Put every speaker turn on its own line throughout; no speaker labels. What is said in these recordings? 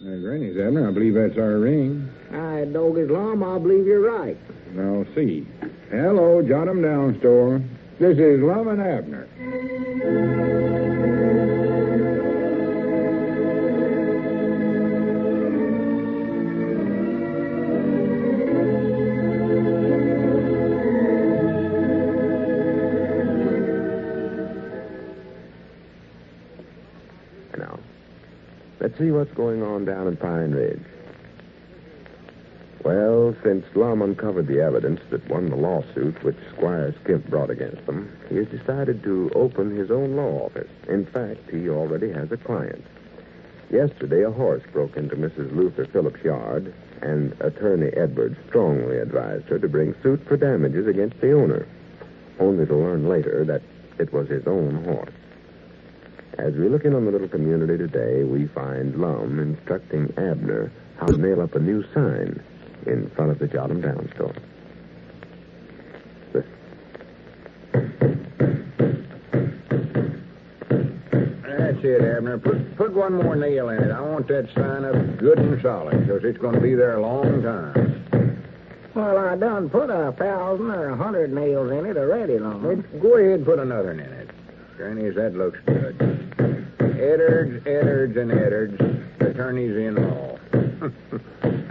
There's Rennie's, Abner. I believe that's our ring.
I dog his alarm. I believe you're right.
Now, see. Hello, jot 'em down, store. This is Lum and Abner.
Now, let's see what's going on down in Pine Ridge. Well, since Lum uncovered the evidence that won the lawsuit which Squire Skimp brought against them, he has decided to open his own law office. In fact, he already has a client. Yesterday, a horse broke into Mrs. Luther Phillips' yard, and attorney Edwards strongly advised her to bring suit for damages against the owner, only to learn later that it was his own horse. As we look in on the little community today, we find Lum instructing Abner how to nail up a new sign in front of the Jot 'em Down store.
That's it, Abner. Put, put one more nail in it. I want that sign up good and solid, because it's going to be there a long time.
Well, I done put a thousand or a hundred nails in it already, Longley.
Go ahead and put another in it. Granny's, that looks good. Edwards, Edwards, and Edwards. Attorneys in law.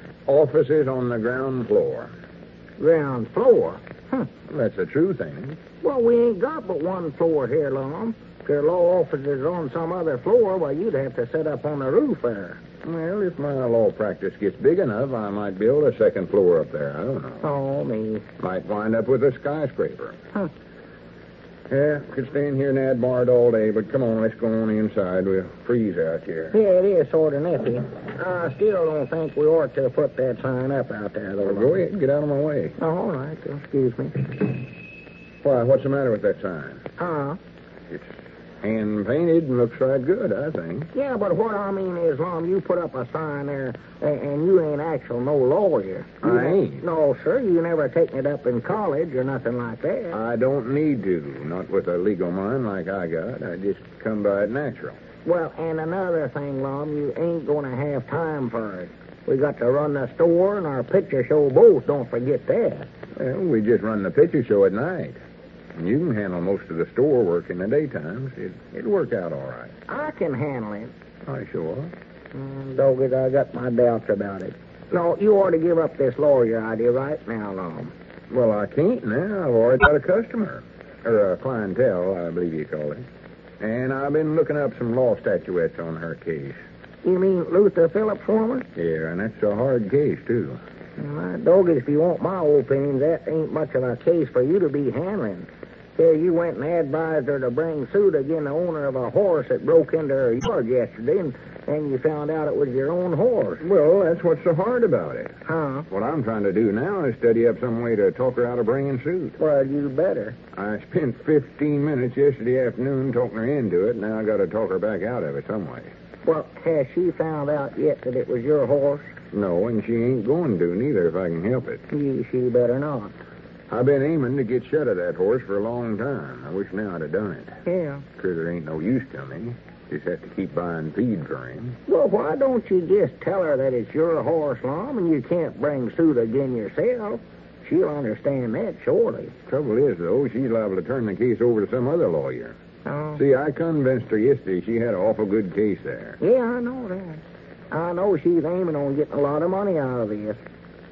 Offices on the ground floor.
Ground floor.
That's the truth, ain't it?
Well, we ain't got but one floor here, Lom. If your law office is on some other floor, well, you'd have to set up on the roof there.
Well, if my law practice gets big enough, I might build a second floor up there. I don't know.
Oh, me.
Might wind up with a skyscraper.
Huh.
Yeah, we could stand here in that barn all day, but come on, let's go on inside. We'll freeze out here.
Yeah, it is sort of nippy. I still don't think we ought to put that sign up out there, though.
Well,
Longley.
go ahead, get out of my way.
Oh, all right. Excuse me.
Why, what's the matter with that sign?
Uh,
It's hand painted and looks right good, I think.
yeah, but what I mean is, Lom, you put up a sign there, and, and you ain't actual no lawyer. You
I ain't.
No, sir. You never taken it up in college or nothing like that.
I don't need to, not with a legal mind like I got. I just come by it natural.
Well, and another thing, Lom, you ain't going to have time for it. We got to run the store and our picture show both. Don't forget that.
Well, we just run the picture show at night. And you can handle most of the store work in the daytimes. It, it'd work out all right.
I can handle it.
I sure.
Mm, Doggett, I got my doubts about it. No, you ought to give up this lawyer idea right now, Lom.
Well, I can't now. I've already got a customer, or a clientele, I believe you call it. And I've been looking up some law statuettes on her case.
You mean Luther Phillips woman? Mm,
Yeah, and that's a hard case, too.
Well, Doggett, if you want my opinion, that ain't much of a case for you to be handling. Here you went and advised her to bring suit against the owner of a horse that broke into her yard yesterday, and, and you found out it was your own horse.
Well, that's what's so hard about it.
Huh?
What I'm trying to do now is study up some way to talk her out of bringing suit.
Well, you better.
I spent 15 minutes yesterday afternoon talking her into it. Now I got to talk her back out of it some way.
Well, has she found out yet that it was your horse?
No, and she ain't going to neither if I can help it.
You, she better not.
I've been aiming to get shut of that horse for a long time. I wish now I'd have done it.
Yeah.
'Cause there ain't no use to me. Just have to keep buying feed for him.
Well, why don't you just tell her that it's your horse, Lom, and you can't bring suit again yourself? She'll understand that, surely.
Trouble is, though, she's liable to turn the case over to some other lawyer.
Oh.
See, I convinced her yesterday she had an awful good case there.
Yeah, I know that. I know she's aiming on getting a lot of money out of this.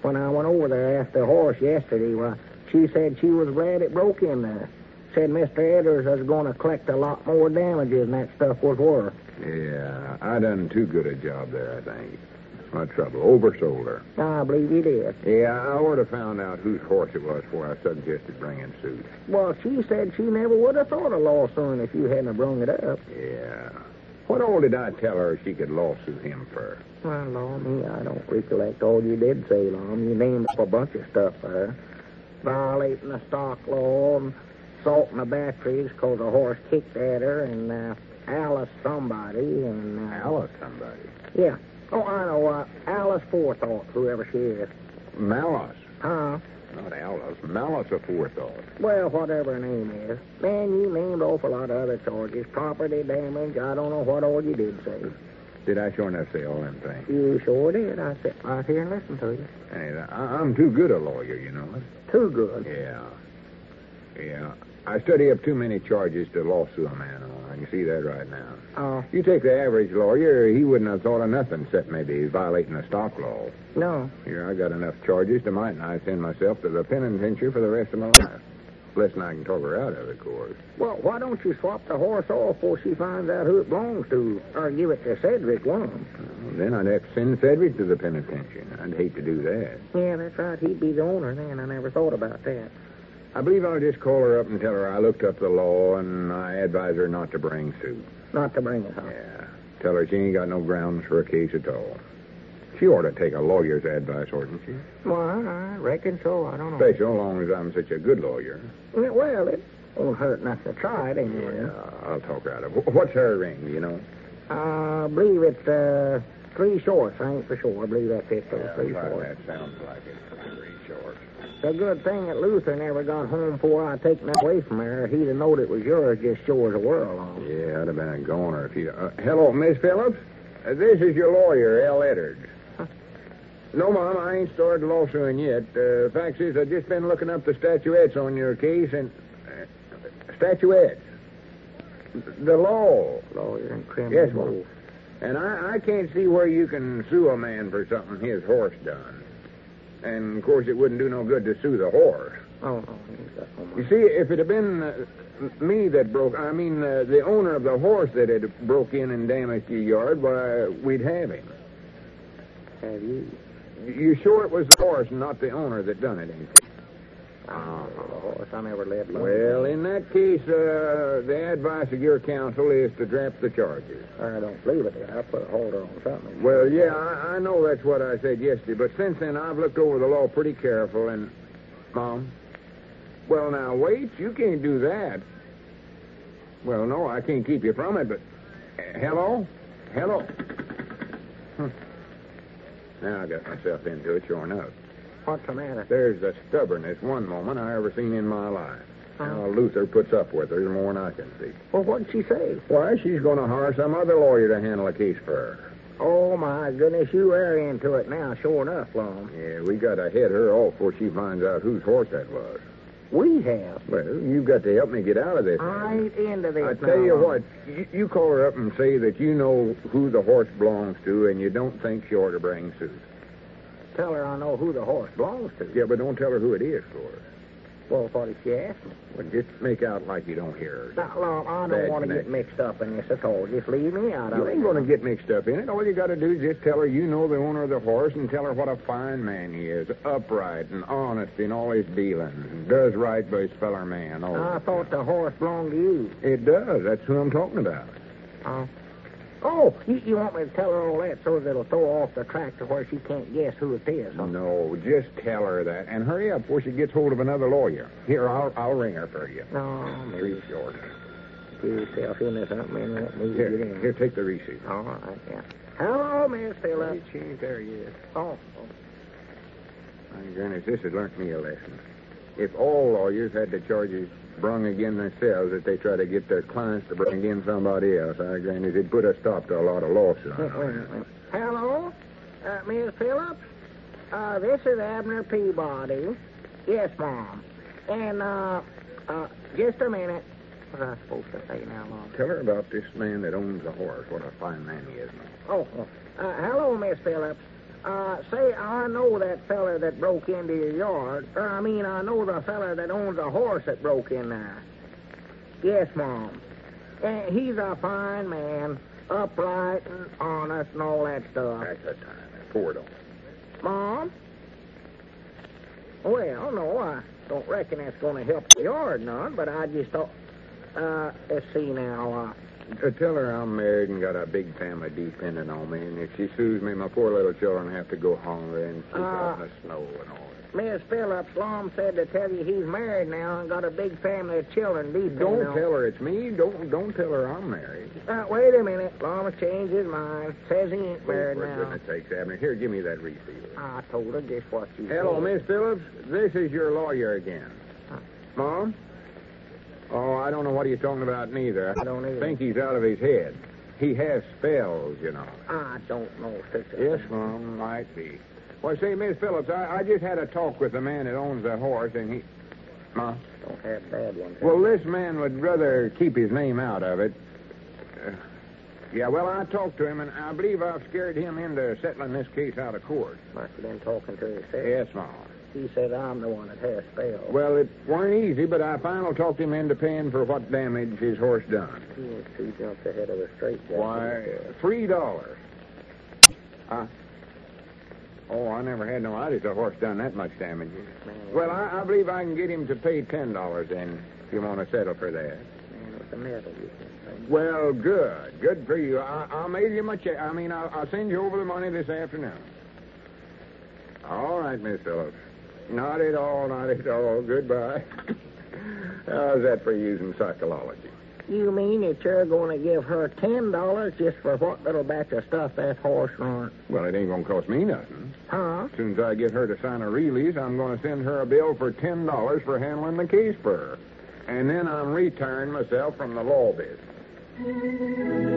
When I went over there after the horse yesterday, why, she said she was glad it broke in there. Said Mr. Edders was going to collect a lot more damages than that stuff was worth.
Yeah, I done too good a job there, I think. That's my trouble. Oversold her.
I believe you did.
Yeah, I ought to found out whose horse it was before I suggested bringing suit.
Well, she said she never would have thought of lawsuit if you hadn't have brung it up.
Yeah. What all did I tell her she could lawsuit him for?
Well, Law, me, I don't recollect all you did say, Lom. You named up a bunch of stuff there. Violating the stock law and assaulting the batteries because a horse kicked at her and uh, Alice somebody and... Uh,
Alice somebody.
Yeah. Oh, I know. Uh, Alice Forethought, whoever she is.
Malice.
Huh?
Not Alice. Malice aforethought.
Well, whatever her name is. Man, you named off a lot of other charges. Property damage. I don't know what all you did say.
Did I sure enough say all them things?
You sure did. I sit right here and listen to you.
Hey, I- I'm too good a lawyer, you know.
Too good.
Yeah. Yeah. I study up too many charges to lawsuit a man on. I can see that right now.
Oh,
You take the average lawyer, he wouldn't have thought of nothing except maybe violating the stock law.
no.
Here, I got enough charges to might and I send myself to the penitentiary for the rest of my life. Less than I can talk her out of, of course.
Well, why don't you swap the horse off before she finds out who it belongs to, or give it to Cedric one?
Well, then I'd have to send Cedric to the penitentiary. I'd hate to do that.
Yeah, that's right. He'd be the owner then. I never thought about that.
I believe I'll just call her up and tell her I looked up the law and I advise her not to bring suit.
Not to bring it up.
Yeah. Tell her she ain't got no grounds for a case at all. She ought to take a lawyer's advice, oughtn't she?
Oh. Well, I reckon so. I don't know.
Especially so long as I'm such a good lawyer.
Yeah, Well, it won't hurt nothing to try it anyway.
I'll talk her out of it. What's her ring, you know?
I believe it's uh, three shorts. I ain't for sure. I believe that's it, though. three shorts.
that sounds like it. Three short.
It's a good thing that Luther never got home before I taken that away from her. He'd have known it was yours just sure as a world on.
Yeah, I'd have been a goner if you. Uh, hello, Miss Phillips. Uh, this is your lawyer, L. Eddard. No, Mom, I ain't started lawsuiting yet. Uh, fact is, I've just been looking up the statuettes on your case and. Uh, statuettes. The law.
Lawyer and Oh, criminal.
Yes, Mom. And I, I can't see where you can sue a man for something his horse done. And, of course, it wouldn't do no good to sue the horse.
Oh, no, he's got no money.
You see, if it had been uh, me that broke, I mean, uh, the owner of the horse that had broke in and damaged your yard, why, we'd have him.
Have you?
You sure it was the horse and not the owner that done it, ain't you?
Oh, Lord, I never led long.
Well, in that case, uh, the advice of your counsel is to drop the charges.
I don't believe it. I put a holder on something.
Well, yeah, I, I know that's what I said yesterday, but since then I've looked over the law pretty careful and. Mom? Well, now, wait, you can't do that. Well, no, I can't keep you from it, but. Uh, hello? Hello? Huh. Now I got myself into it, sure enough.
What's the matter?
There's the stubbornnest one moment I ever seen in my life.
Oh.
Now Luther puts up with her more than I can see.
Well, what'd she say?
Why, she's going to hire some other lawyer to handle a case for her.
Oh, my goodness, you are into it now, sure enough, Long.
Yeah, we got to head her off before she finds out whose horse that was.
We have.
Well, you've got to help me get out of this.
I ain't into this
I
now,
tell you
Lon.
what, you, you call her up and say that you know who the horse belongs to and you don't think she ought to bring suit.
Tell her I know who the horse belongs to.
Yeah, but don't tell her who it is, Flora.
Well, what if she asked me?
Well, just make out like you don't hear her.
Now, Lon, I don't
Bad
want to get
connection.
mixed up in this at all. Just leave me out of
You
it.
ain't going to get mixed up in it. All you got to do is just tell her you know the owner of the horse and tell her what a fine man he is, upright and honest in all his dealings, and does right by his feller man. All
I
that.
thought the horse belonged to you.
It does. That's who I'm talking about.
Oh. Oh, you, you want me to tell her all that so that it'll throw off the track to where she can't guess who it is? huh?
No, just tell her that. And hurry up before she gets hold of another lawyer. Here, I'll, I'll ring her for you.
No, maybe
Three short.
get yourself into something and let me
Here,
get in.
here, take the receipt.
All right, yeah. Hello, Miss Phillips.
She ain't there yet.
Oh,
My goodness, this has learnt me a lesson. If all lawyers had the charges brung again themselves if they try to get their clients to bring again somebody else, I granted it'd put a stop to a lot of
wait, wait,
lawsuits.
wait. Hello, uh, Miss Phillips. Uh, this is Abner Peabody. Yes, ma'am. And uh, uh, just a minute. was I supposed to say now, Mom?
Tell her about this man that owns the horse. What a fine man he is.
Oh, oh. uh, hello, Miss Phillips. Uh, say, I know that feller that broke into your yard. Or, I mean, I know the feller that owns the horse that broke in there. Yes, Mom. Uh, he's a fine man, upright and honest and all that stuff.
That's the time. Four dollars.
Mom? Well, no, I don't reckon that's going to help the yard none, but I just thought. Uh, let's see now.
Uh, Tell her I'm married and got a big family depending on me, and if she sues me, my poor little children have to go hungry and sleep
Uh,
out in the snow and all that.
Uh, Miss Phillips, Lom said to tell you he's married now and got a big family of children. These
Don't tell her it's me. Don't don't tell her I'm married.
Uh, wait a minute. Lom changed his mind. Says he ain't married
oh, for
now.
goodness sakes, Abner. Here, give me that refill.
I told her just what you
Hello,
said.
Miss Phillips. This is your lawyer again. Mom? Oh, I don't know what he's talking about neither.
I don't either.
think he's out of his head. He has spells, you know.
I don't know, sister.
Yes, Mom, might be. Well, say, Miss Phillips, I, I just had a talk with the man that owns the horse, and he. Mom?
Don't have bad ones.
Well, this man would rather keep his name out of it. Uh, yeah, well, I talked to him, and I believe I've scared him into settling this case out of court.
must have been talking to himself.
Yes, Mom.
He said I'm the one that has spells.
Well, it weren't easy, but I finally talked him into paying for what damage his horse done.
He was two jumps ahead of a straight jacket.
Why, three dollars. Huh? Oh, I never had no idea the horse done that much damage.
Man,
Well, I, I believe I can get him to pay ten dollars then, if you want to settle for that.
Man with the metal, you can say.
Well, good. Good for you. I, I'll mail you my check. I mean, I'll, I'll send you over the money this afternoon. All right, Miss Phillips. Not at all, not at all. Goodbye. How's that for using psychology?
You mean that you're going to give her ten dollars just for what little batch of stuff that horse run?
Well, it ain't going to cost me nothing.
Huh?
As soon as I get her to sign a release, I'm going to send her a bill for $10 for handling the case for her. And then I'm retiring myself from the law business.